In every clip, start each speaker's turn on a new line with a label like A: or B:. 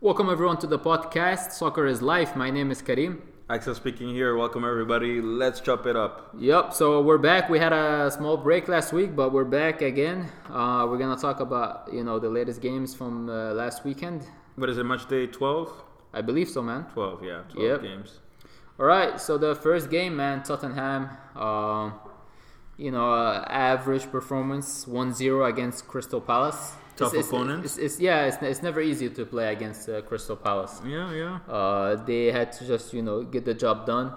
A: Welcome everyone to the podcast Soccer is Life. My name is Karim.
B: Axel speaking here. Welcome everybody. Let's chop it up.
A: Yep, so we're back. We had a small break last week, but we're back again. Uh, we're gonna talk about you know the latest games from uh, last weekend.
B: What is it? Match day 12?
A: I believe so, man.
B: 12, yeah. 12
A: Yep.
B: games.
A: All right, so the first game, man, Tottenham. Um, you know, uh, average performance, 1-0 against Crystal Palace.
B: Tough
A: It's- it's-
B: opponent.
A: It's, it's, yeah, it's, it's never easy to play against uh, Crystal Palace.
B: Yeah, yeah.
A: Uh, they had to just you know get the job done.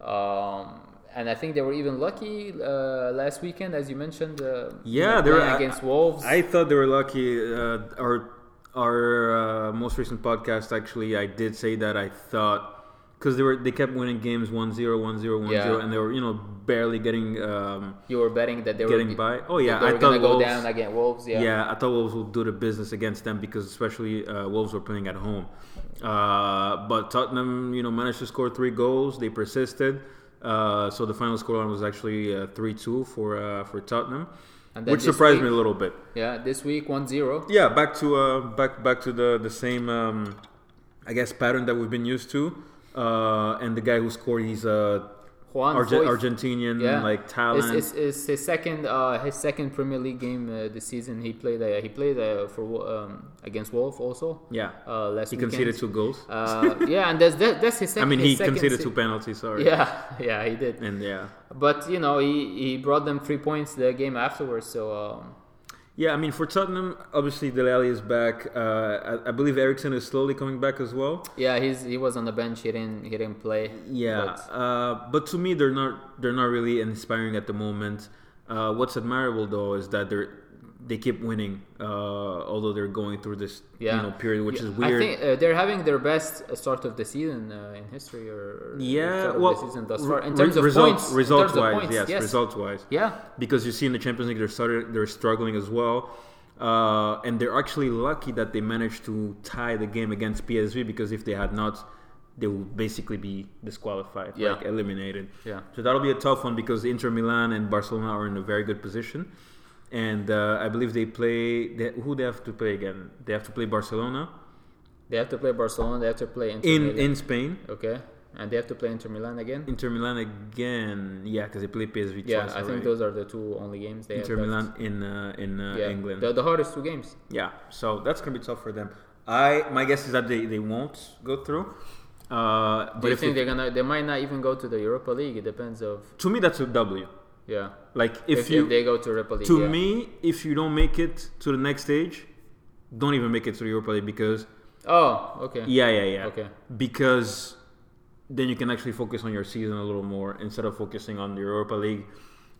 A: Um, and I think they were even lucky uh, last weekend, as you mentioned. Uh, you
B: Yeah,
A: know,
B: they were-
A: playing against Wolves.
B: I thought they were lucky. Uh, our our uh, most recent podcast, actually, I did say that I thought because they were they kept winning games 1-0, 1-0, 1-0,
A: Yeah.
B: and they were you know barely getting um,
A: you were betting that they were
B: getting by. Oh yeah,
A: They
B: I
A: were
B: thought
A: gonna go
B: Wolves.
A: down against Wolves. Yeah.
B: yeah. I thought Wolves would do the business against them because especially uh, Wolves were playing at home. Uh, but Tottenham, you know, managed to score three goals. They persisted. Uh, so the final scoreline was actually uh, 3-2 for uh, for Tottenham,
A: And then
B: which
A: this
B: surprised me
A: week-
B: a little bit.
A: Yeah, This week, 1-0.
B: Yeah, back to uh, back back to the the same um, I guess pattern that we've been used to. Uh, and the guy who scored, he's a
A: Juan
B: Arge-
A: Foyth.
B: Argentinian
A: Yeah.
B: like talent.
A: It's, it's, it's his second uh, his second Premier League game uh, this season. He played uh, he played uh, for Wo- um, against Wolves also.
B: yeah,
A: Uh, last
B: he
A: weekend.
B: conceded two goals.
A: Uh, yeah, and that's that, that's his
B: I
A: second.
B: mean,
A: his
B: he
A: second
B: conceded
A: se-
B: two penalties. Sorry.
A: Yeah, yeah, he did.
B: And yeah,
A: But you know, he, he brought them three points the game afterwards. So um,
B: yeah. I mean, for Tottenham, obviously Dele Alli is back. Uh, I, I believe Ericsson is slowly coming back as well.
A: yeah, he's he was on the bench. He didn't he didn't play.
B: Yeah,
A: But-
B: uh, but to me, they're not they're not really inspiring at the moment. Uh, what's admirable though is that they're they keep winning, uh, although they're going through this
A: Yeah.
B: you know period, which
A: Yeah,
B: is weird.
A: I think uh, they're having their best uh, start of the season uh, in history, or or
B: yeah,
A: start of
B: well,
A: the season thus far in
B: re-
A: terms of
B: result-
A: points. in
B: result
A: terms of
B: wise,
A: points,
B: yes, result wise,
A: Yeah,
B: because you see in the Champions League they're started, they're struggling as well. Uh, and they're actually lucky that they managed to tie the game against PSV because if they had not, they would basically be disqualified,
A: Yeah.
B: like eliminated.
A: Yeah.
B: So that'll be a tough one because Inter Milan and Barcelona are in a very good position, and uh, I believe they play. They, who they have to play again? They have to play Barcelona
A: they have to play Barcelona. They have to play Inter
B: in
A: Milan.
B: in Spain.
A: okay, and they have to play Inter Milan again.
B: Inter Milan again, yeah, because they play PSV
A: yeah,
B: twice
A: I think
B: already.
A: those are the two only games they
B: Inter
A: have. left.
B: Milan in uh, in uh,
A: yeah.
B: England.
A: The, the hardest two games.
B: Yeah, so that's gonna be tough for them. I my guess is that they, they won't go through. Uh,
A: Do
B: but
A: you
B: if
A: think
B: they,
A: they're gonna? They might not even go to the Europa League. It depends of
B: to me that's a W.
A: yeah.
B: Like if,
A: if,
B: you
A: if they go to Europa League.
B: to
A: yeah.
B: me if you don't make it to the next stage, don't even make it to the Europa League because
A: Oh, okay.
B: yeah yeah yeah
A: Okay.
B: because then you can actually focus on your season a little more instead of focusing on the Europa League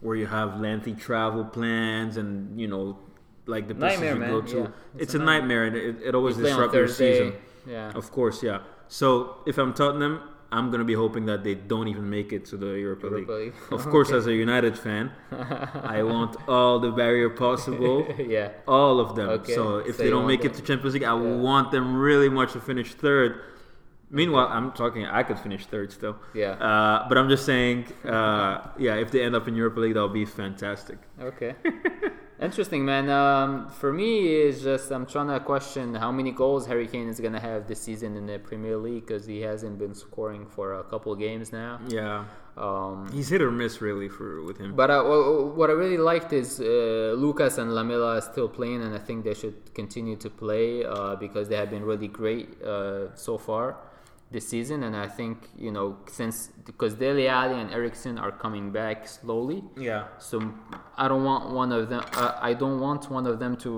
B: where you have lengthy travel plans and you know like the places
A: Nightmare,
B: you go
A: man,
B: to.
A: yeah.
B: It's, a nightmare, and it, it always
A: Play on
B: disrupts your
A: Thursday.
B: season. Oh.
A: Yeah.
B: Of course, yeah. So if I'm Tottenham, I'm gonna be hoping that they don't even make it to the Europa,
A: Europa League.
B: League. Of course, as a United fan, I want all the barrier possible,
A: yeah.
B: all of them.
A: Okay,
B: So if
A: so
B: they
A: you
B: don't
A: want
B: make it to
A: them-
B: Champions League, I
A: Yeah.
B: want them really much to finish third. Meanwhile, I'm talking. I could finish third still.
A: Yeah.
B: Uh, but I'm just saying. Uh, yeah, if they end up in Europa League, that'll be fantastic.
A: Okay. Interesting, man. Um, for me, it's just I'm trying to question how many goals Harry Kane is gonna have this season in the Premier League because he hasn't been scoring for a couple games now.
B: Yeah,
A: Um,
B: he's hit or miss really for with him.
A: but I, wha- what I really liked is uh, Lucas and Lamela are still playing, and I think they should continue to play uh, because they have been really great uh, so far this season. And I think you know since because Dele Alli and Eriksson are coming back slowly,
B: yeah.
A: so I don't want one of them. Uh, I don't want one of them to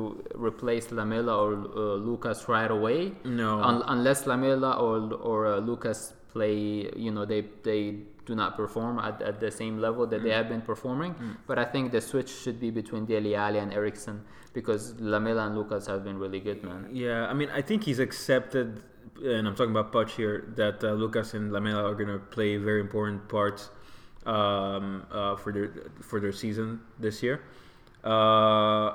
A: replace Lamela or uh, Lucas right away.
B: No.
A: un- unless Lamela or or uh, Lucas play, you know, they they do not perform at, at the same level that they have been performing. But I think the switch should be between Dele Alli and Eriksson because Lamela and Lucas have been really good, man.
B: Yeah, I mean, I think he's accepted, and I'm talking about Poch here, that uh, Lucas and Lamela are going to play very important parts um, uh, for their for their season this year. Uh,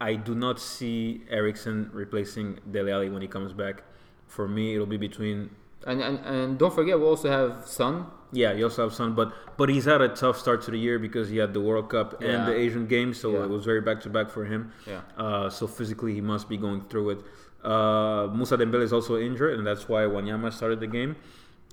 B: I do not see Ericsson replacing Dele Alli when he comes back. For me, it'll be between.
A: And and, and don't forget, we also have Son.
B: Yeah, you also have Son, but but he's had a tough start to the year because he had the World Cup
A: Yeah.
B: and the Asian Games, so
A: Yeah.
B: it was very back to back for him.
A: Yeah.
B: Uh, so physically, he must be going through it. Uh, Musa Dembele is also injured, and that's why Wanyama started the game.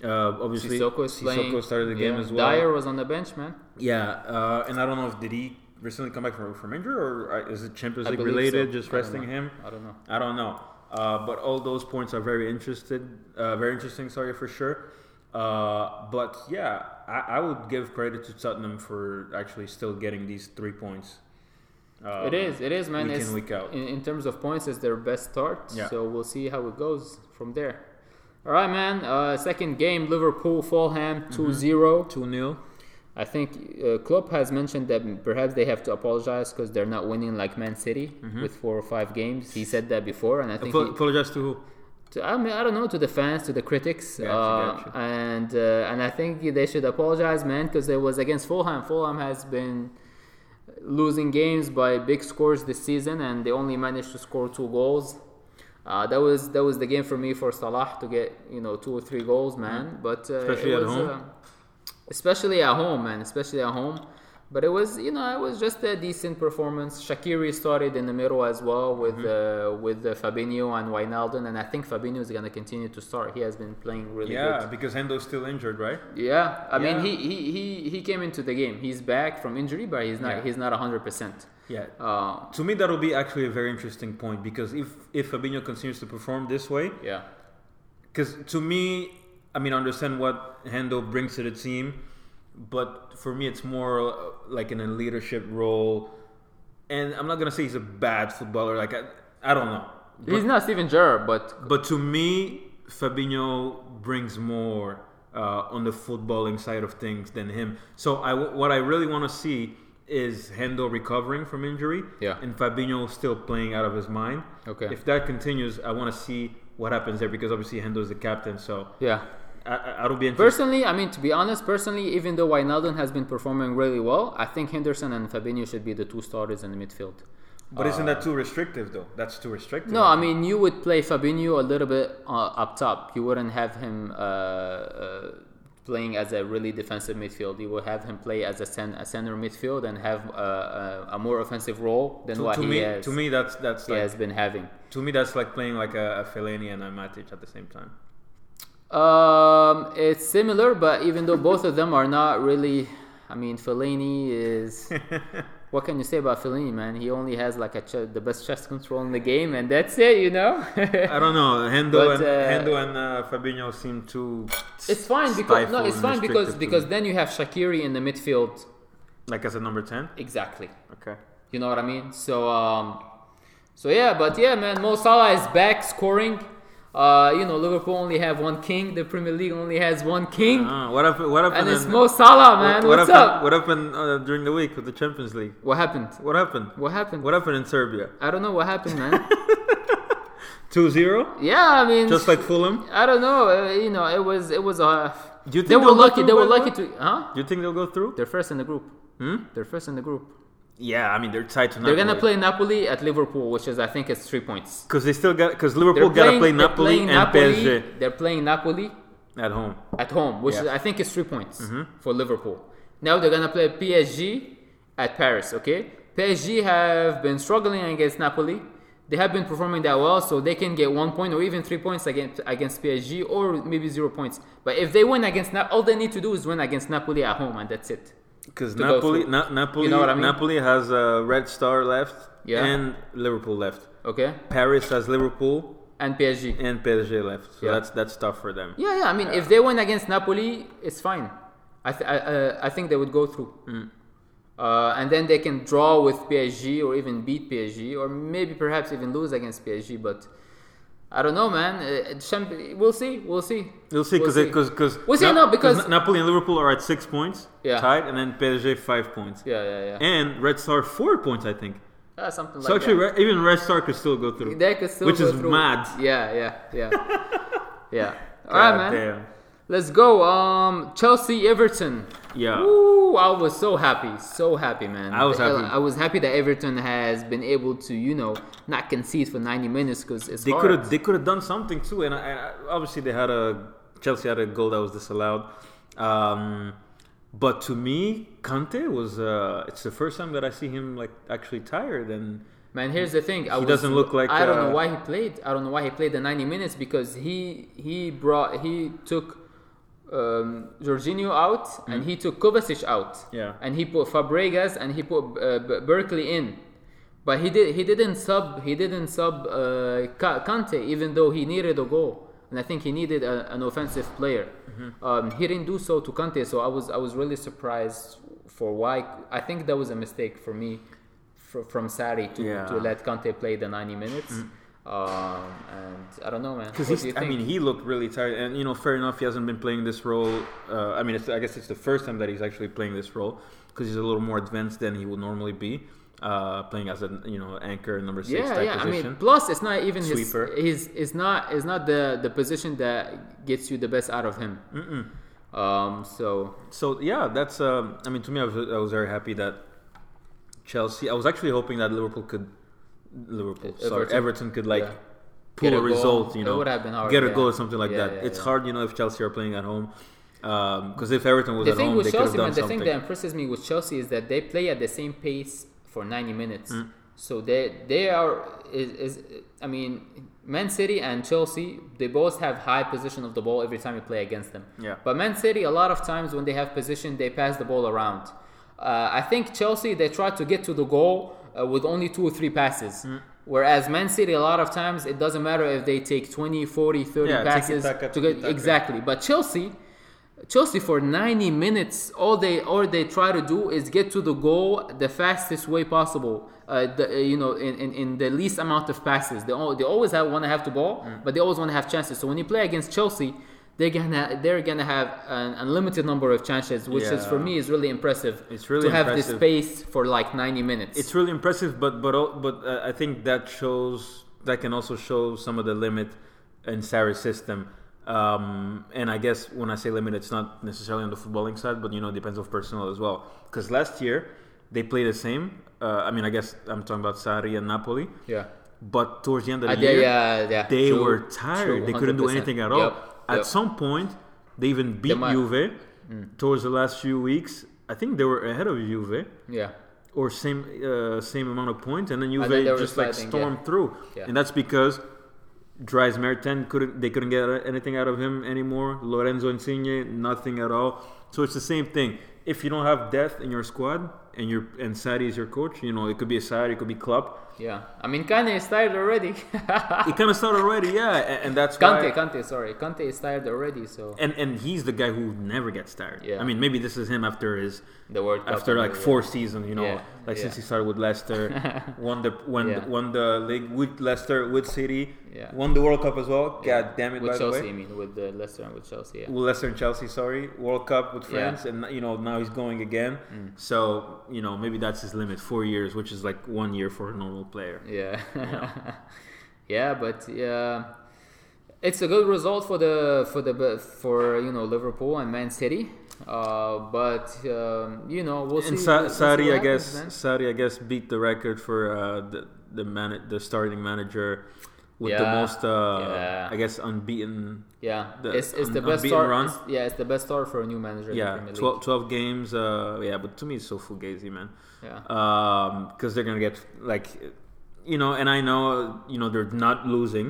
B: Uh, obviously,
A: Sissoko is playing.
B: Sissoko started the
A: yeah.
B: game as well.
A: Dyer was on the bench, man.
B: Yeah, uh, and I don't know if did he recently come back from, from injury or uh, is it Champions
A: I
B: League
A: believe
B: related?
A: so.
B: Just
A: I don't
B: resting
A: know.
B: him.
A: I don't know.
B: I don't know. Uh, but all those points are very interested, uh, very interesting. Sorry for sure. Uh, but yeah, I, I would give credit to Tottenham for actually still getting these three points. Um,
A: It is, it is, man.
B: week
A: it's,
B: in, week out.
A: In, in terms of points, it's their best start.
B: Yeah.
A: So we'll see how it goes from there. All right, man. Uh, second game, Liverpool, Fulham,
B: Mm-hmm.
A: 2 0.
B: two 0
A: I think uh, Klopp has mentioned that perhaps they have to apologize because they're not winning like Man City
B: Mm-hmm.
A: with four or five games. He said that before, and I think he-
B: Apologize to who?
A: to, I mean, I don't know to the fans, to the critics,
B: Gotcha,
A: uh,
B: gotcha.
A: and uh, and I think they should apologize, man, because it was against Fulham. Fulham has been losing games by big scores this season, and they only managed to score two goals. Uh, that was that was the game for me for Salah to get you know two or three goals, man. But uh, it
B: Mm. Especially at
A: was,
B: home.
A: uh, especially at home, man. Especially at home. But it was, you know, it was just a decent performance. Shakiri started in the middle as well with
B: Mm-hmm.
A: uh, with uh, Fabinho and Wijnaldum, and I think Fabinho is going to continue to start. He has been playing really
B: Yeah,
A: good.
B: because Hendo's still injured, right?
A: Yeah, I
B: Yeah.
A: mean, he, he, he, he came into the game. He's back from injury, but he's not
B: Yeah.
A: he's not hundred percent.
B: Yeah.
A: Uh,
B: to me, that will be actually a very interesting point because if if Fabinho continues to perform this way,
A: yeah,
B: because to me, I mean, I understand what Hendo brings to the team, but for me, it's more uh, like in a leadership role. And I'm not gonna say he's a bad footballer. Like I, I don't know. But,
A: he's not Steven Gerrard, but
B: but to me, Fabinho brings more uh, on the footballing side of things than him. So I, what I really want to see is Hendo recovering from injury,
A: Yeah.
B: and Fabinho still playing out of his mind.
A: Okay.
B: If that continues, I want to see what happens there because obviously Hendo is the captain. So
A: yeah.
B: I, I, I don't be interested.
A: Personally, I mean, to be honest, personally, even though Wijnaldum has been performing really well, I think Henderson and Fabinho should be the two starters in the midfield.
B: But isn't that too restrictive though? That's too restrictive.
A: No, I mean you would play Fabinho a little bit uh, up top. You wouldn't have him uh, uh, playing as a really defensive midfield. You would have him play as a, cen- a center midfield and have uh, uh, a more offensive role than
B: to,
A: what
B: to
A: he
B: me,
A: has,
B: to me, that's that's
A: he
B: like,
A: has been having.
B: to me that's like playing like a, a Fellaini and a Matic at the same time.
A: Um, it's similar, but even though both of them are not really, I mean, Fellaini is. What can you say about Fellaini, man? He only has like a ch- the best chest control in the game, and that's it, you know.
B: I don't know. Hendo
A: But,
B: and
A: uh,
B: Hendo and uh, Fabinho seem too.
A: It's fine because no,
B: stifled
A: it's
B: and
A: fine because
B: restricted to
A: because
B: me.
A: then you have Shakiri in the midfield.
B: like as a number ten.
A: Exactly.
B: Okay.
A: You know what I mean? So um, so yeah, but yeah, man, Mo Salah is back scoring. Uh, you know, Liverpool only have one king. The Premier League only has one king,
B: Uh, what happened? What happened?
A: and it's
B: in-
A: Mo Salah, man.
B: what, what
A: What's
B: happened,
A: up?
B: What happened uh, during the week with the Champions League?
A: What happened?
B: What happened?
A: What happened?
B: What happened in Serbia?
A: I don't know what happened, man.
B: 2-0?
A: yeah, I mean,
B: just like Fulham.
A: I don't know. Uh, you know, it was it was uh,
B: Do you think
A: they were
B: they'll go
A: lucky.
B: through,
A: They were
B: by the
A: lucky to huh?
B: Do you think they'll go through?
A: They're first in the group.
B: Hmm?
A: They're first in the group.
B: Yeah, I mean they're tied to.
A: They're gonna play Napoli at Liverpool, which is I think it's three points.
B: because they still got because
A: They're
B: Liverpool got to play
A: they're
B: Napoli
A: playing
B: and PSG
A: They're playing Napoli
B: at home.
A: at home, which
B: Yeah. Mm-hmm.
A: is, I think is three points for Liverpool. Now they're gonna play PSG at Paris. Okay, PSG have been struggling against Napoli. They have been performing that well, so they can get one point or even three points against against PSG or maybe zero points. But if they win against Napoli, all they need to do is win against Napoli at home, and that's it.
B: Because
A: To go
B: Napoli,
A: through.
B: Na- Napoli,
A: You know what I mean?
B: Napoli has a red star left
A: Yeah.
B: and Liverpool left.
A: Okay,
B: Paris has Liverpool
A: and PSG.
B: and PSG left, so
A: Yeah.
B: that's that's tough for them.
A: Yeah, yeah. I mean, if they win against Napoli, it's fine. I, th- I, uh, I think they would go through.
B: Mm.
A: Uh, and then they can draw with PSG or even beat PSG or maybe perhaps even lose against PSG. But I don't know, man. Uh, it champ- we'll see. We'll see.
B: You'll see, because
A: We'll
B: because because
A: We'll see, no, because-
B: Napoli and Liverpool are at six points,
A: Yeah.
B: tied, and then PSG five points,
A: Yeah, yeah, yeah.
B: and Red Star four points, I think.
A: yeah something
B: So
A: like
B: actually,
A: that.
B: Re- even Red Star could still go through.
A: They could still
B: which
A: go
B: is
A: through.
B: mad.
A: Yeah, yeah, yeah. yeah. All right, man.
B: God damn.
A: Let's go. Um, Chelsea, Everton.
B: Yeah.
A: Ooh, I was so happy, so happy, man.
B: I was happy.
A: I was happy that Everton has been able to, you know, not concede for 90 minutes because it's
B: They
A: hard.
B: could have they could have done something too, and, I, and I- obviously they had a Chelsea had a goal that was disallowed. Um, but to me, Kante was uh, it's the first time that I see him like actually tired, and
A: Man, here's the thing. I
B: He
A: was-
B: doesn't look like,
A: I don't know
B: uh,
A: why he played. I don't know why he played the 90 minutes because he he brought he took um, Jorginho out and he took Kovacic out.
B: Mm. Yeah.
A: And he put Fabregas and he put uh, B- Berkeley in. But he did he didn't sub he didn't sub uh, Ka- Kante even though he needed a goal. And I think he needed a, an offensive player.
B: Mm-hmm.
A: Um, he didn't do so to Kante, so I was I was really surprised for why. I think that was a mistake for me fr- from Sari to,
B: Yeah. Mm.
A: to let Kante play the 90 minutes. Um, and I don't know, man. What
B: Because
A: do you
B: I
A: think?
B: mean, he looked really tired, and you know, fair enough, he hasn't been playing this role. Uh, I mean, it's, I guess it's the first time that he's actually playing this role because he's a little more advanced than he would normally be, uh, playing as a you know anchor number six
A: yeah,
B: type
A: yeah.
B: position.
A: I mean, plus it's not even
B: Sweeper.
A: his. His it's not it's not the the position that gets you the best out of him. Um, so
B: so yeah, that's. Um, I mean, to me, I was, I was very happy that Chelsea. I was actually hoping that Liverpool could, Liverpool, sorry,
A: E-, Everton.
B: Everton could like
A: Yeah.
B: pull
A: Get
B: a,
A: a goal.
B: result. You
A: It
B: know,
A: would have been hard,
B: get a
A: yeah.
B: goal or something like
A: Yeah,
B: that.
A: yeah,
B: it's
A: yeah.
B: hard, you know, if Chelsea are playing at home. Because if Everton was
A: the
B: at
A: thing
B: home,
A: with
B: they could have
A: Chelsea, man,
B: done
A: the
B: something.
A: thing that impresses me with Chelsea is that they play at the same pace for 90 minutes.
B: Mm.
A: So they they are is, is I mean, Man City and Chelsea, they both have high position of the ball every time you play against them.
B: Yeah.
A: But Man City, a lot of times when they have position, they pass the ball around. Uh, I think Chelsea, they try to get to the goal uh, with only two or three passes.
B: Mm.
A: Whereas Man City, a lot of times, it doesn't matter if they take 20, 40, 30
B: Yeah,
A: passes
B: tiki-taka,
A: to get
B: tiki-taka.
A: exactly. But Chelsea, Chelsea for 90 minutes, all they all they try to do is get to the goal the fastest way possible. Uh, the, uh, you know, in, in, in the least amount of passes. They, al- they always have, want to have the ball,
B: Mm.
A: but they always want to have chances. So when you play against Chelsea, they're gonna they're gonna have an unlimited number of chances, which is for
B: Yeah.
A: me is really impressive.
B: It's really
A: to have
B: impressive.
A: this space for like 90 minutes.
B: it's really impressive but but al- but uh, i think that shows that can also show some of the limit in Sarri's system um, and i guess when i say limit it's not necessarily on the footballing side but you know it depends on personnel as well because last year they play the same uh, i mean i guess i'm talking about Sarri and napoli
A: yeah.
B: but towards the end of the
A: Uh,
B: year
A: they, uh, yeah,
B: they
A: true,
B: were tired
A: true,
B: they couldn't do
A: 100%.
B: anything at all
A: Yep,
B: at
A: yep.
B: some point they even beat
A: might- Mm.
B: juve towards the last few weeks i think they were ahead of juve
A: yeah.
B: or same uh, same amount of points, and then Juve
A: then they were
B: just like
A: sliding,
B: stormed through,
A: Yeah.
B: and that's because Dries Merten couldn't they couldn't get anything out of him anymore. Lorenzo Insigne nothing at all. So it's the same thing. If you don't have depth in your squad and your and Sari is your coach, you know it could be a Sari, it could be Klopp.
A: Yeah, I mean Kante is tired already. Kante,
B: It kind of started already, yeah, and, and that's why.
A: Kante, sorry, Kante is tired already. So
B: And and he's the guy who never gets tired.
A: Yeah.
B: I mean, maybe this is him after his
A: the World Cup
B: after
A: and
B: like
A: the-
B: four seasons, you know,
A: Yeah,
B: like since
A: yeah.
B: he started with Leicester, won the won
A: Yeah.
B: won the league with Leicester, with City,
A: Yeah.
B: won the World Cup as well.
A: yeah.
B: God damn it!
A: With
B: by
A: Chelsea,
B: the
A: I
B: way,
A: mean with the Leicester and with Chelsea. Yeah.
B: with Leicester and Chelsea, sorry, World Cup with
A: Yeah. Mm.
B: France, and you know now he's going again. So you know maybe that's his limit, four years, which is like one year for a normal player.
A: Yeah. Yeah, but yeah, it's a good result for the for the for you know Liverpool and Man City. Uh, but um, you know we'll
B: And
A: see.
B: Sa-
A: we'll see
B: Sari,
A: what
B: I guess,
A: happens, man.
B: Sari, I guess, beat the record for uh, the the man, the starting manager with the
A: Yeah.
B: most, uh,
A: Yeah.
B: I guess, unbeaten.
A: Yeah,
B: the-
A: it's, it's the
B: un-
A: best
B: unbeaten
A: start.
B: run.
A: it's- yeah, it's the best start for a new manager. in the
B: Yeah,
A: Premier League.
B: 12, 12 games. Uh, yeah, but to me, it's so fugazi, man.
A: Yeah.
B: Um, because they're gonna get like, you know, and I know, you know, they're not losing,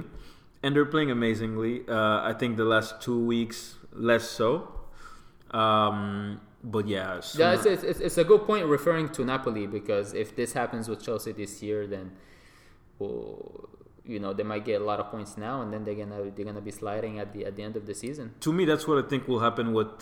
B: and they're playing amazingly. Uh, I think the last two weeks less so. Um, but yeah,
A: Yeah,
B: sooner-
A: it's, it's, it's- it's a good point referring to Napoli because if this happens with Chelsea this year, then well, you know they might get a lot of points now, and then they're gonna they're gonna be sliding at the at the end of the season.
B: to me, that's what I think will happen with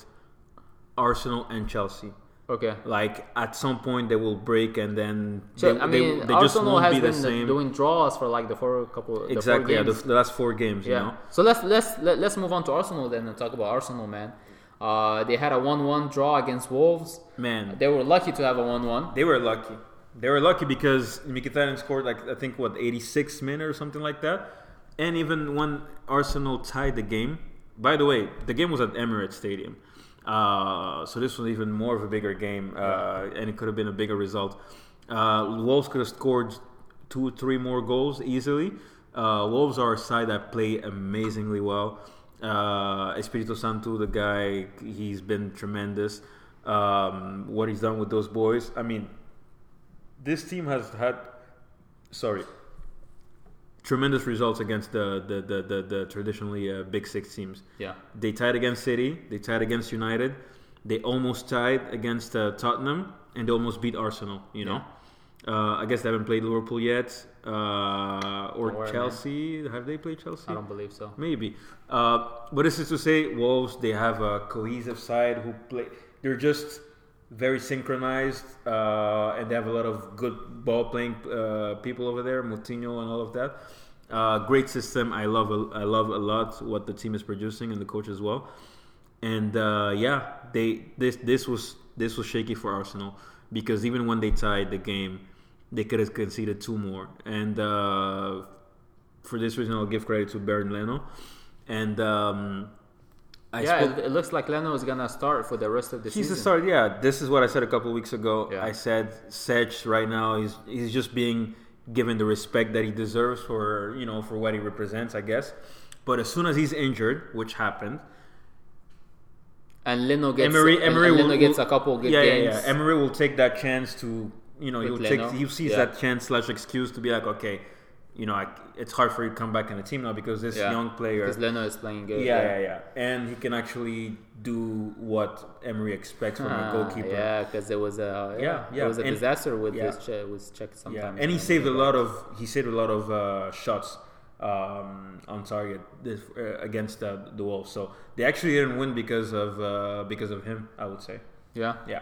B: Arsenal and Chelsea.
A: Okay.
B: Like at some point they will break and then
A: So
B: they,
A: I
B: they-
A: mean,
B: they, just
A: Arsenal
B: won't
A: has
B: be the
A: been
B: same.
A: doing draws for like the four couple the four
B: exactly, yeah, the,
A: games.
B: f- the last four games, you
A: Yeah.
B: know.
A: So let's let's let, let's move on to Arsenal then and talk about Arsenal, man. Uh, they had a one-one draw against Wolves.
B: Man,
A: They were lucky to have a one-one.
B: They were lucky. They were lucky because Mkhitaryan scored like I think what 86 minute or something like that. And even when Arsenal tied the game, by the way, the game was at Emirates Stadium, uh, so this was even more of a bigger game, uh, and it could have been a bigger result. Uh, Wolves could have scored two, three more goals easily. Uh, Wolves are a side that play amazingly well. Uh, Espirito Santo, the guy, he's been tremendous. Um, what he's done with those boys. I mean, this team has had sorry, tremendous results against the the the, the, the traditionally uh, big six teams.
A: Yeah.
B: They tied against City. They tied against United. They almost tied against uh, Tottenham, and they almost beat Arsenal. You know, uh, I guess they haven't played Liverpool yet, uh, or
A: Don't worry, man.
B: Chelsea. Have they played Chelsea?
A: I don't believe so.
B: Maybe. Uh, but this is to say, Wolves, they have a cohesive side who play. They're just very synchronized, uh, and they have a lot of good ball playing uh, people over there, Moutinho and all of that. Uh, great system. I love. a- I love a lot what the team is producing and the coach as well. And uh, yeah, they this this was this was shaky for Arsenal because even when they tied the game, they could have conceded two more. And uh, for this reason, I'll give credit to Baron Leno. And um, I
A: yeah,
B: spoke-
A: it, it looks like Leno is gonna start for the rest of the
B: he's
A: season.
B: a start. Yeah, this is what I said a couple weeks ago.
A: Yeah.
B: I said Sech right now he's he's just being given the respect that he deserves for you know for what he represents, I guess. But as soon as he's injured, which happened,
A: And Leno gets
B: Emery
A: and-
B: Emery
A: and
B: will,
A: Leno gets
B: will-
A: a couple good
B: yeah,
A: games.
B: Yeah, yeah, Emery will take that chance to you know he'll
A: With
B: take
A: Leno,
B: he sees
A: yeah.
B: that chance slash excuse to be like okay, you know I, it's hard for you to come back in the team now because this
A: Yeah.
B: young player
A: Because Leno is playing good.
B: Yeah, yeah, yeah. And he can actually do what Emery expects from a goalkeeper.
A: Ah,
B: Yeah,
A: Yeah, because it was a
B: Yeah,
A: yeah,
B: yeah,
A: it was a
B: and-
A: disaster with
B: yeah.
A: this che- with Czech sometime.
B: and he
A: ago.
B: saved a lot of he saved a lot of uh, shots um, on target this, uh, against uh, the Wolves. So they actually didn't win because of uh, because of him. I would say.
A: Yeah,
B: Yeah.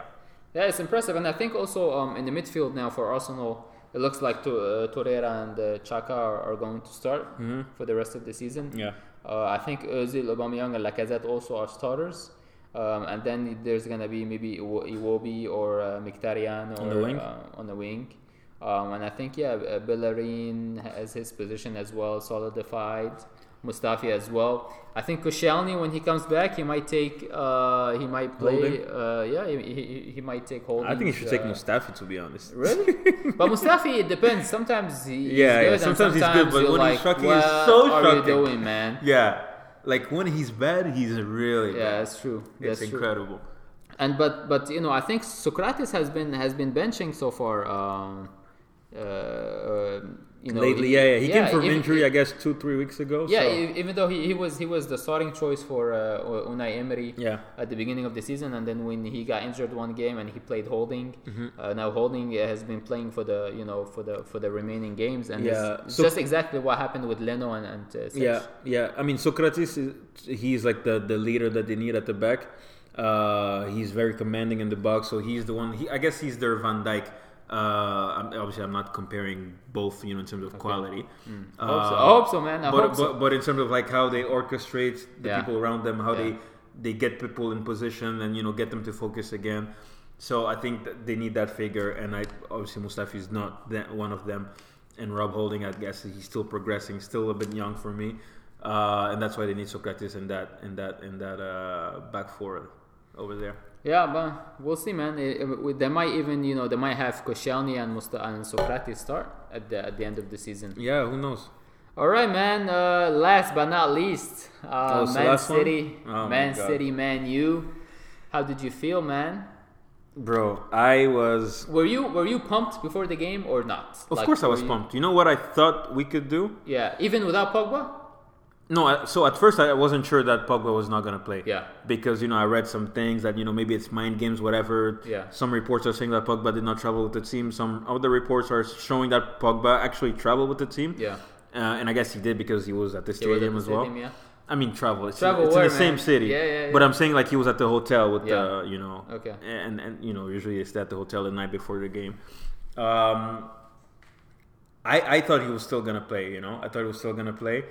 A: yeah, it's impressive, and I think also um, in the midfield now for Arsenal, it looks like to, uh, Torreira and uh, Chaka are, are going to start for the rest of the season.
B: Mm-hmm. Yeah.
A: Uh, I think Özil, Aubameyang, and Lacazette also are starters. Um, and then there's gonna be maybe Iwo- Iwobi or uh, Mkhitaryan or,
B: the wing?
A: Uh, on the wing. Um, and I think yeah, uh, Bellerin has his position as well solidified. Mustafi as well. I think Koscielny when he comes back, he might take. Uh, he might play.
B: Holding?
A: Uh, yeah, he, he, he might take holding.
B: I think he should take
A: uh,
B: Mustafi to be honest.
A: Really? but Mustafi, it depends. Sometimes he, he's
B: Yeah, yeah,
A: good, and
B: sometimes he's good,
A: sometimes
B: but
A: you're
B: when he's
A: like,
B: shocking, he's
A: what
B: so
A: are
B: shocking."
A: you doing, man?
B: Yeah. Like when he's bad, he's really
A: Yeah,
B: bad.
A: that's true.
B: It's
A: that's true.
B: incredible.
A: And but but you know, I think Socrates has been has been benching so far. Um, uh, uh, you know,
B: Lately, yeah, yeah. He came from
A: even-
B: injury, I guess, two, three weeks ago.
A: Yeah,
B: so.
A: e- even though he, he was he was the starting choice for uh, Unai Emery
B: Yeah.
A: at the beginning of the season, and then when he got injured one game and he played Holding,
B: Mm-hmm.
A: uh, now Holding has been playing for the you know for the for the remaining games, and
B: Yeah,
A: it's it's
B: so-
A: just exactly what happened with Leno and, and uh, Sech.
B: Yeah, yeah. I mean, Socrates is he's like the the leader that they need at the back. Uh, he's very commanding in the box, so he's the one. He, I guess he's their Van Dyke. Uh, I'm, obviously, I'm not comparing both, you know, in terms of quality. Uh,
A: I Hmm. hope so. I hope so, man. I
B: but,
A: hope so.
B: but but in terms of like how they orchestrate the
A: Yeah.
B: people around them, how they
A: Yeah.
B: they get people in position and you know get them to focus again. So I think that they need that figure, and I obviously Mustafi is not that one of them, and Rob Holding, I guess he's still progressing, still a bit young for me, uh, and that's why they need Socrates in that in that in that uh, back four over there.
A: Yeah, but we'll see, man. It- it- they might even, you know, they might have Koscielny and Musta and Socrates start at the at the end of the season.
B: Yeah, who knows?
A: All right, man. Uh, last but not least,
B: Oh,
A: uh,
B: it's the
A: Man
B: last one?
A: City,
B: Oh, my
A: Man
B: God.
A: City, Man U. How did you feel, man?
B: Bro, I was.
A: Were you were you pumped before the game or not?
B: Of
A: Like,
B: course, I
A: were
B: was
A: you-
B: pumped. You know what I thought we could do?
A: Yeah, even without Pogba.
B: No, I- so at first I wasn't sure that Pogba was not going to play.
A: Yeah.
B: Because, you know, I read some things that, you know, maybe it's mind games, whatever.
A: Yeah.
B: Some reports are saying that Pogba did not travel with the team. Some other reports are showing that Pogba actually traveled with the team.
A: Yeah.
B: Uh, and I guess he did because he was at the
A: They were at
B: stadium
A: the
B: as well.
A: stadium, yeah.
B: I mean, travel. It's,
A: Travel
B: it's in
A: where,
B: the same
A: man?
B: city.
A: Yeah, yeah, yeah.
B: But I'm saying, like, he was at the hotel with
A: Yeah.
B: the, you know.
A: Okay.
B: And, and, you know, usually it's at the hotel the night before the game. Um, I, I thought he was still gonna play, you know. I thought he was still gonna play,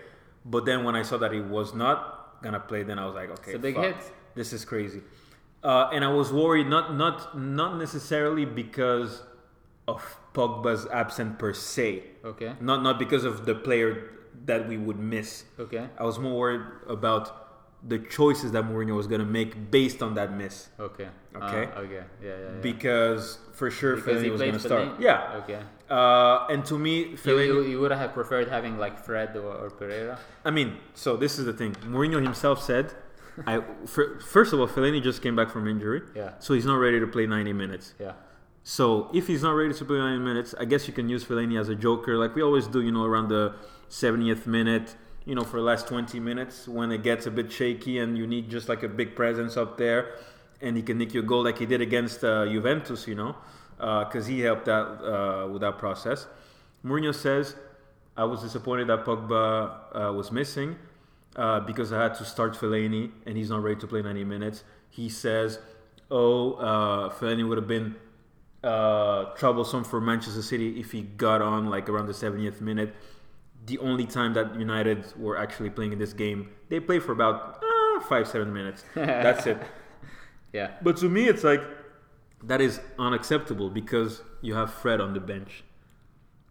B: but then when I saw that he was not gonna play, then I was like, okay,
A: It's a big
B: fuck.
A: hit.
B: This is crazy, uh, and I was worried not not not necessarily because of Pogba's absent per se,
A: Okay.
B: not not because of the player that we would miss.
A: Okay.
B: I was more worried about the choices that Mourinho was gonna make based on that miss,
A: Okay.
B: Okay.
A: Uh, okay. Yeah. Yeah. yeah.
B: because for sure
A: Because
B: Fellaini
A: he
B: was
A: played
B: gonna start.
A: Fellaini?
B: Yeah,
A: Okay.
B: uh, and to me,
A: You,
B: Fellaini.
A: you, you would have preferred having like Fred or, or Pereira.
B: I mean, so this is the thing. Mourinho himself said, "I fir- first of all, Fellaini just came back from injury,
A: Yeah.
B: so he's not ready to play 90 minutes.
A: Yeah.
B: So if he's not ready to play 90 minutes, I guess you can use Fellaini as a joker, like we always do, you know, around the 70th minute, you know, for the last 20 minutes when it gets a bit shaky and you need just like a big presence up there, and he can nick you a goal like he did against uh, Juventus, you know, because he helped that uh, with that process. Mourinho says, "I was disappointed that Pogba uh, was missing uh, because I had to start Fellaini, and he's not ready to play 90 minutes." He says, "Oh, uh, Fellaini would have been." uh, troublesome for Manchester City if he got on like around the 70th minute. The only time that United were actually playing in this game, they played for about uh, five, seven minutes. That's it.
A: Yeah.
B: But to me, it's like that is unacceptable because you have Fred on the bench.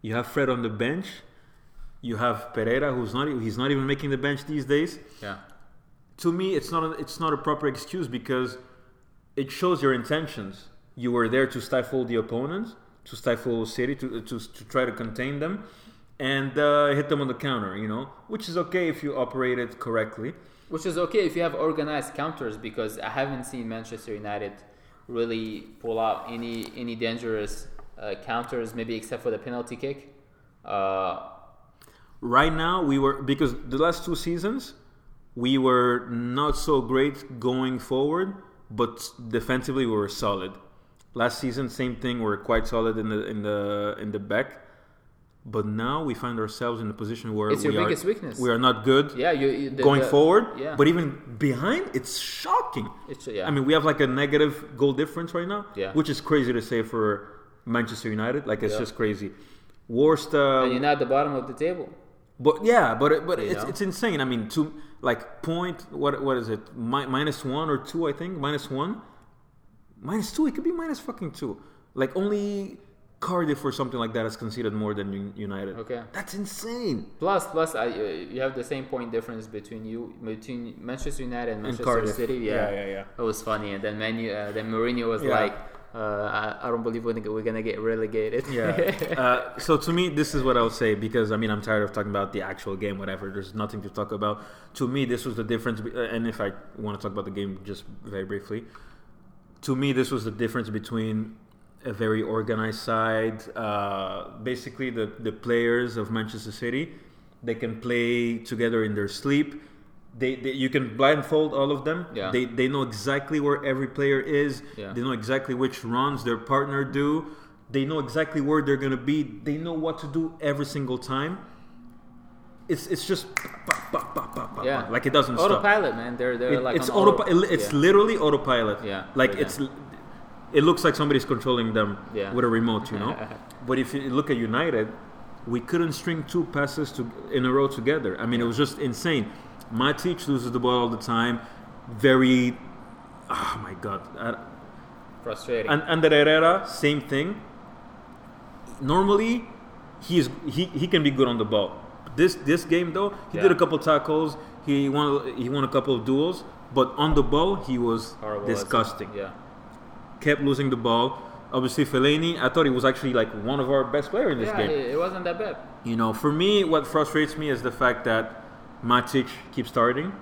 B: You have Fred on the bench. You have Pereira, who's not e-, he's not even making the bench these days
A: Yeah.
B: to me it's not a, it's not a proper excuse because it shows your intentions you were there to stifle the opponents to stifle city to, to, to try to contain them and uh, hit them on the counter you know which is okay if you operate it correctly
A: Which is okay if you have organized counters because I haven't seen Manchester United really pull out any any dangerous uh, counters, maybe except for the penalty kick. Uh,
B: right now we were because the last two seasons we were not so great going forward but defensively we were solid last season same thing we were quite solid in the in the in the back but now we find ourselves in a position where
A: It's your
B: we are,
A: biggest weakness.
B: we are not good
A: yeah, you, you the,
B: going
A: the-
B: forward
A: Yeah,
B: but even behind it's shocking
A: It's- yeah.
B: i mean we have like a negative goal difference right now
A: Yeah.
B: which is crazy to say for manchester united like it's
A: Yeah.
B: just crazy worst uh,
A: and you're not at the bottom of the table.
B: but yeah, but it- but it's,
A: know?
B: it's insane. I mean, two like point what what is it? Mi- minus one or two? I think minus one, minus two. It could be minus fucking two. Like only Cardiff or something like that has conceded more than Un- United.
A: Okay.
B: that's insane.
A: Plus, plus, I, uh, you have the same point difference between you between Manchester United and Manchester
B: Cardiff.
A: City.
B: Yeah, yeah, yeah.
A: It was funny, and then Manu, uh, then Mourinho was
B: Yeah.
A: like, uh, I, "I don't believe we're gonna- we're gonna get relegated."
B: uh, so to me, this is what I would say because I mean I'm tired of talking about the actual game. Whatever. There's nothing to talk about. To me, this was the difference. be- uh, And if I want to talk about the game just very briefly, to me, this was the difference between a very organized side. Uh, basically, the the players of Manchester City, they can play together in their sleep. They, they you can blindfold all of them.
A: Yeah.
B: They they know exactly where every player is.
A: Yeah.
B: They know exactly which runs their partner do. They know exactly where they're gonna be. They know what to do every single time. It's it's just pa- pa- pa- pa- pa- pa-
A: Yeah.
B: like it doesn't stop.
A: autopilot, man. They're they're
B: It-
A: like
B: it's
A: on
B: autopi- It's
A: yeah.
B: literally autopilot.
A: Yeah,
B: Like
A: okay.
B: it's. It looks like somebody's controlling them
A: Yeah.
B: with a remote, you know. but if you look at United, we couldn't string two passes to in a row together. I mean, it was just insane. Matic loses the ball all the time. Very. Oh my god. I-
A: frustrating.
B: and Ander Herrera, same thing. Normally, he's he, he can be good on the ball. This this game though, he
A: Yeah.
B: did a couple tackles. He won he won a couple of duels, but on the ball he was
A: Horrible as-
B: disgusting.
A: Yeah,
B: Kept losing the ball. Obviously, Fellaini, I thought he was actually like one of our best players in this
A: yeah.
B: game.
A: It, it wasn't that bad.
B: You know, for me, what frustrates me is the fact that Matic keeps starting.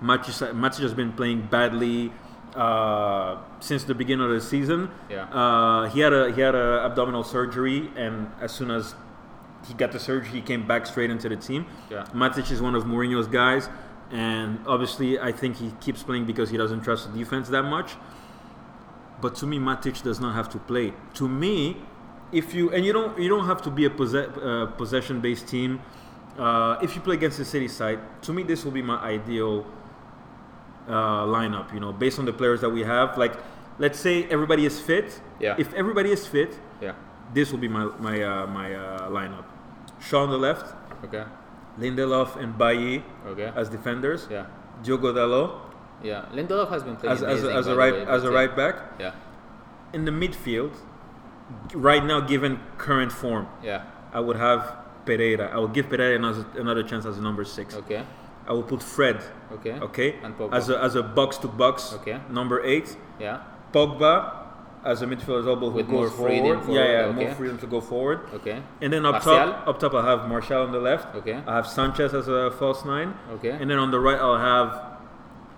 B: Matic, Matic has been playing badly uh, since the beginning of the season.
A: Yeah.
B: Uh, he had a he had a abdominal surgery, and as soon as he got the surgery, he came back straight into the team.
A: Yeah.
B: Matic is one of Mourinho's guys, and obviously, I think he keeps playing because he doesn't trust the defense that much. But to me, Matic does not have to play. To me, if you and you don't you don't have to be a possess, uh, possession based team. Uh, if you play against the city side, to me this will be my ideal uh, lineup. You know, based on the players that we have. Like, let's say everybody is fit.
A: Yeah.
B: If everybody is fit,
A: Yeah.
B: this will be my my uh, my uh, lineup. Shaw on the left,
A: Okay.
B: Lindelof and Bailly
A: Okay.
B: as defenders.
A: yeah.
B: Diogo Dalot
A: Yeah. Lindelof has been playing
B: as as,
A: amazing,
B: as
A: by
B: a
A: the
B: right
A: way,
B: as a
A: but
B: right back.
A: Yeah.
B: in the midfield, right now, given current form,
A: Yeah.
B: I would have Pereira. I would give Pereira another, another chance as a number six.
A: Okay.
B: I would put Fred,
A: Okay.
B: okay,
A: And Pogba.
B: as a as a box to box
A: Okay.
B: number eight.
A: Yeah.
B: Pogba as a midfielder as well, but who
A: With more
B: goes
A: freedom
B: forward.
A: forward,
B: Yeah, yeah,
A: okay.
B: more freedom to go forward.
A: Okay.
B: And then up top,
A: Martial?
B: up top, I have Martial on the left.
A: Okay.
B: I have Sanchez as a false nine.
A: Okay.
B: And then on the right, I'll have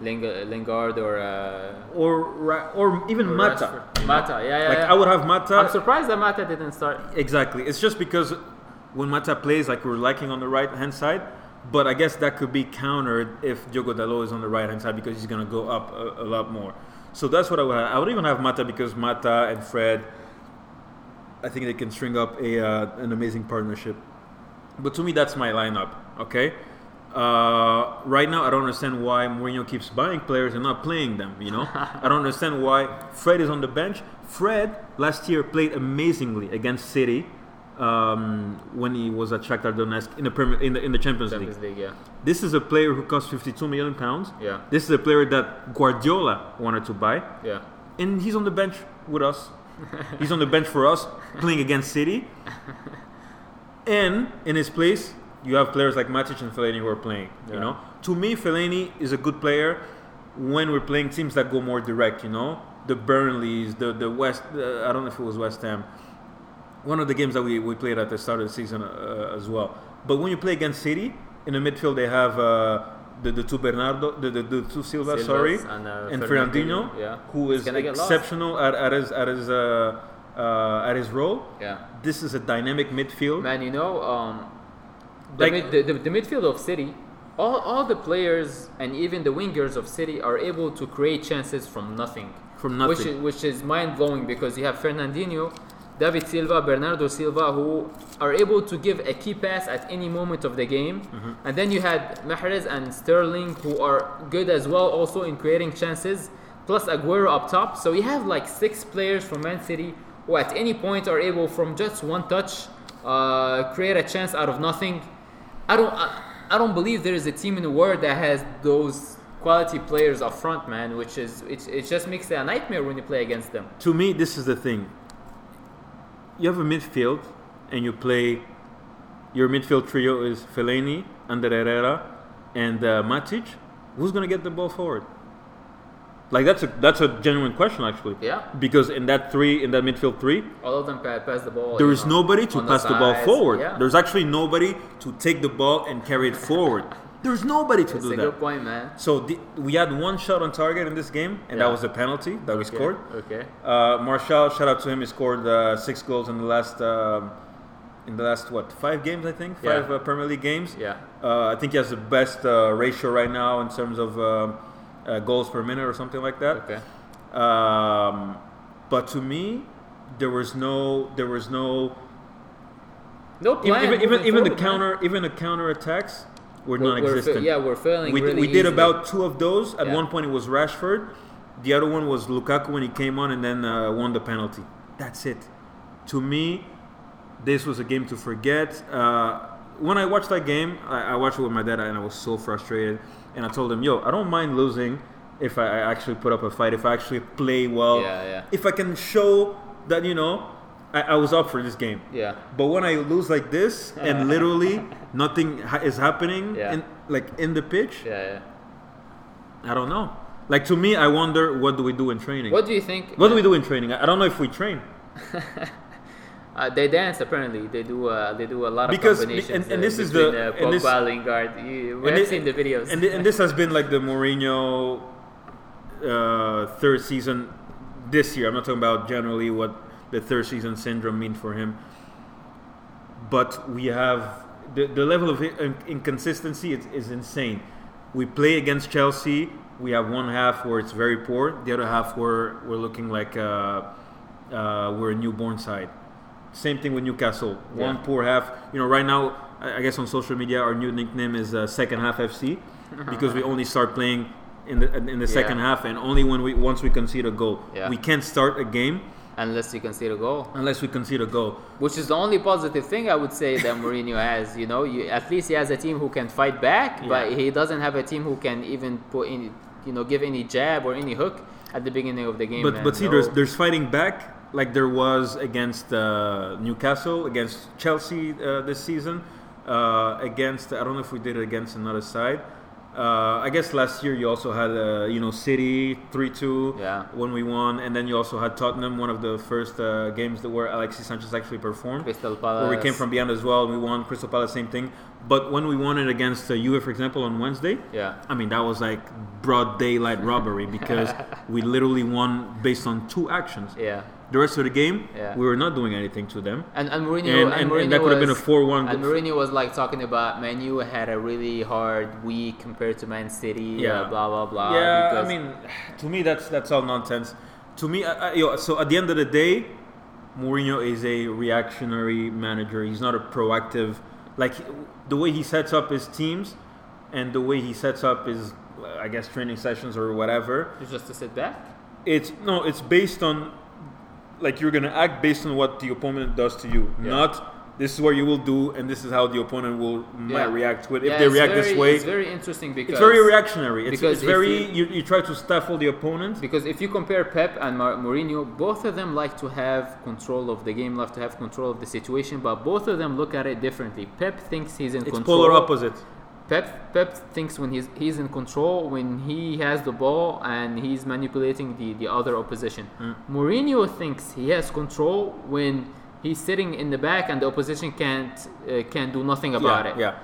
A: Ling- Lingard or uh,
B: or Ra- or even
A: or
B: Mata.
A: Rashford. Mata, yeah, yeah.
B: Like
A: yeah.
B: I would have Mata.
A: I'm surprised that Mata didn't start.
B: Exactly. It's just because when Mata plays, like we're lacking on the right hand side. But I guess that could be countered if Diogo Dalot is on the right hand side because he's going to go up a, a lot more. So that's what I would have. I would even have Mata because Mata and Fred, I think they can string up a uh, an amazing partnership. But to me, that's my lineup. Okay. Uh, right now, I don't understand why Mourinho keeps buying players and not playing them. You know, I don't understand why Fred is on the bench. Fred last year played amazingly against City um, when he was at Shakhtar Donetsk in the Premier, in the in the Champions,
A: Champions
B: League.
A: League, yeah,
B: This is a player who cost 52 million pounds.
A: yeah,
B: This is a player that Guardiola wanted to buy,
A: yeah.
B: and he's on the bench with us. he's on the bench for us playing against City. And in his place, you have players like Matic and Fellaini who are playing. You
A: Yeah.
B: know, to me, Fellaini is a good player when we're playing teams that go more direct. You know, the Burnleys, the the West. Uh, I don't know if it was West Ham. One of the games that we, we played at the start of the season uh, as well. But when you play against City in the midfield, they have uh, the the two Bernardo, the the, the two Silva,
A: Silvas
B: sorry,
A: and, uh,
B: and
A: Fernandinho,
B: Fernandinho,
A: yeah.
B: who
A: He's
B: is
A: gonna get lost.
B: exceptional at, at his at his uh, uh, at his role.
A: Yeah.
B: This is a dynamic midfield.
A: Man, you know, um, the,
B: Like-
A: mid, the, the, the midfield of City, all, all the players and even the wingers of City are able to create chances from nothing.
B: From
A: Which
B: nothing.
A: is, which is mind blowing because you have Fernandinho, David Silva, Bernardo Silva, who are able to give a key pass at any moment of the game.
B: Mm-hmm.
A: And then you had Mahrez and Sterling, who are good as well, also in creating chances, plus Aguero up top. So you have like six players from Man City who at any point are able, from just one touch, uh, create a chance out of nothing. I don't, I, I don't believe there is a team in the world that has those quality players up front, man. Which is, it, it just makes it a nightmare when you play against them.
B: to me, this is the thing. You have a midfield, and you play. Your midfield trio is Fellaini, Ander Herrera, and uh, Matic. Who's gonna get the ball forward? Like that's a that's a genuine question actually.
A: Yeah.
B: Because in that three, in that midfield three,
A: All of them pa- pass the ball.
B: There
A: you
B: is
A: know,
B: nobody to
A: on
B: pass the ball
A: sides.
B: forward.
A: Yeah.
B: There's actually nobody to take the ball and carry it forward. There's nobody to
A: It's
B: do
A: a
B: that.
A: good point, man.
B: So the, we had one shot on target in this game, and that
A: Yeah.
B: was a penalty that we scored.
A: Okay.
B: Uh, Marshall, shout out to him. He scored uh, six goals in the last um, in the last what five games I think
A: Yeah.
B: five uh, Premier League games.
A: Yeah.
B: Uh, I think he has the best uh, ratio right now in terms of um uh, goals per minute or something like that.
A: Okay.
B: Um, but to me, there was no there was no
A: No
B: even
A: plan.
B: even, even,
A: moving
B: even the
A: forward, man.
B: counter even the counter attacks were
A: We're- we're fa-
B: non-existent.
A: yeah, we're failing.
B: we,
A: really
B: we did
A: easily.
B: about two of those. At
A: Yeah.
B: one point, it was Rashford. The other one was Lukaku when he came on and then uh, won the penalty. That's it. To me, this was a game to forget. Uh, when I watched that game, I, I watched it with my dad, and I was so frustrated. And I told him, "Yo, I don't mind losing if I, I actually put up a fight, if I actually play well,
A: Yeah, yeah.
B: if I can show that you know I, I was up for this game."
A: Yeah.
B: But when I lose like this, and literally nothing ha- is happening,
A: Uh-huh. Yeah.
B: in, like in the pitch,
A: Yeah. yeah.
B: I don't know. Like to me, I wonder what do we do in training?
A: What do you think?
B: What do we do in training? I I don't know if we train
A: Uh, they dance apparently. They do. Uh, they do a lot of
B: Because-
A: combinations.
B: and- and
A: uh,
B: this is
A: between,
B: the-
A: uh,
B: and this-
A: Pogba, Lingard. You, we
B: And
A: have
B: thi-
A: seen the videos.
B: and, thi- and this has been like the Mourinho uh, third season this year. I'm not talking about generally what the third season syndrome mean for him, but we have the, the level of in- inconsistency is, is insane. We play against Chelsea. We have one half where it's very poor. The other half where we're looking like uh, uh, we're a newborn side. Same thing with Newcastle. One
A: Yeah.
B: poor half. You know, right now, I I guess on social media, our new nickname is uh, Second Half FC because we only start playing in the in the second half, and only when we once we concede a goal,
A: Yeah.
B: we can't start a game
A: Unless you concede a goal,
B: unless we concede a goal.
A: which is the only positive thing I would say that Mourinho has. You know, you, at least he has a team who can fight back, but
B: Yeah.
A: he doesn't have a team who can even put in, you know, give any jab or any hook at the beginning of the game.
B: But
A: man.
B: but see,
A: No.
B: there's there's fighting back like there was against uh, Newcastle, against Chelsea uh, this season, uh, against I don't know if we did it against another side. Uh, I guess last year you also had uh, you know City three two
A: Yeah.
B: when we won, and then you also had Tottenham, one of the first uh, games that where Alexis Sanchez actually performed.
A: Crystal
B: Where
A: Palace.
B: we came from beyond as well, we won Crystal Palace, same thing. But when we won it against uh, Juve, for example, on Wednesday,
A: Yeah.
B: I mean that was like broad daylight robbery because we literally won based on two actions.
A: Yeah.
B: The rest of the game,
A: Yeah.
B: we were not doing anything to them.
A: And and Mourinho
B: And- and-
A: Mourinho
B: and that could have been a
A: was-
B: 4-1
A: And
B: good-
A: Mourinho was like talking about Manu had a really hard week compared to Man City. Yeah.
B: Yeah.
A: blah blah blah.
B: yeah,
A: because-
B: I mean, to me that's that's all nonsense. To me, I, I, yo, so at the end of the day, Mourinho is a reactionary manager. He's not a proactive. Like the way he sets up his teams, and the way he sets up his, I guess, training sessions or whatever.
A: It's just to sit back.
B: It's no, it's based on, like you're gonna act based on what the opponent does to you,
A: Yeah.
B: not this is what you will do, and this is how the opponent will might
A: Yeah.
B: react to it. If
A: Yeah,
B: they
A: it's
B: react
A: very,
B: this way,
A: it's very interesting because
B: it's very reactionary. It's,
A: because
B: it's
A: if
B: very
A: you-
B: you, you try to stifle the opponent.
A: Because if you compare Pep and Mar- Mourinho, both of them like to have control of the game, like to have control of the situation, but both of them look at it differently. Pep thinks he's in
B: It's
A: control.
B: polar opposite.
A: Pep Pep thinks when he's he's in control, when he has the ball and he's manipulating the, the other opposition.
B: Hmm.
A: Mourinho thinks he has control when he's sitting in the back and the opposition can't uh, can do nothing about
B: yeah,
A: it.
B: yeah.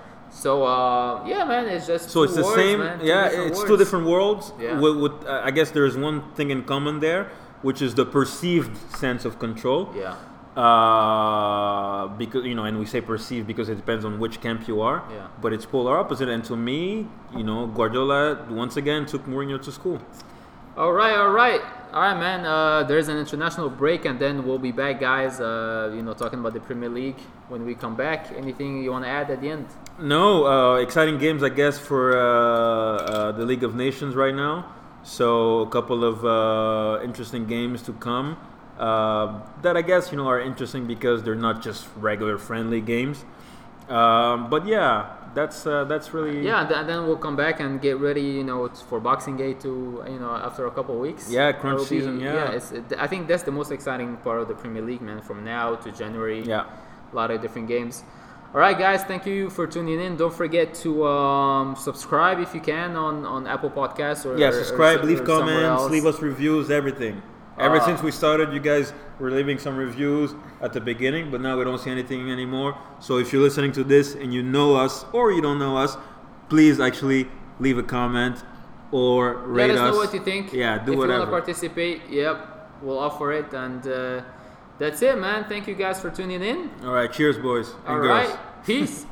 A: So uh, yeah, man, it's just
B: So
A: two
B: it's the
A: words,
B: same.
A: man,
B: yeah,
A: different
B: it's two
A: words.
B: different worlds.
A: Yeah.
B: With, with, uh, I guess there is one thing in common there, which is the perceived sense of control.
A: Yeah,
B: Uh, because you know, and we say perceived because it depends on which camp you are.
A: Yeah.
B: But it's polar opposite, and to me, you know, Guardiola once again took Mourinho to school.
A: All right, all right, all right, man. Uh, there's an international break, and then we'll be back, guys. Uh, you know, talking about the Premier League when we come back. Anything you want to add at the end?
B: No, uh, exciting games, I guess, for uh, uh, the League of Nations right now. So a couple of uh, interesting games to come. Uh, that I guess you know are interesting because they're not just regular friendly games. Um, but yeah, that's uh, that's really
A: Yeah, and th- and then we'll come back and get ready. You know, t- for Boxing Day to you know after a couple of weeks.
B: Yeah, crunch
A: It'll be-
B: season, yeah.
A: it's, it- I think that's the most exciting part of the Premier League, man. From now to January.
B: yeah.
A: a lot of different games. All right, guys, thank you for tuning in. Don't forget to um, subscribe if you can on, on Apple Podcasts or
B: Yeah,
A: or- or
B: subscribe,
A: so-
B: leave
A: or somewhere
B: comments,
A: else.
B: leave us reviews, everything. Ever
A: Ah.
B: since we started, you guys were leaving some reviews at the beginning, but now we don't see anything anymore. So if you're listening to this and you know us or you don't know us, please actually leave a comment or rate
A: Let us,
B: us.
A: know what you think.
B: Yeah, do
A: if you
B: whatever.
A: want to participate, yep, we'll offer it. And uh, that's it, man. Thank you guys for tuning in.
B: All right, cheers, boys and
A: All
B: girls.
A: right, peace.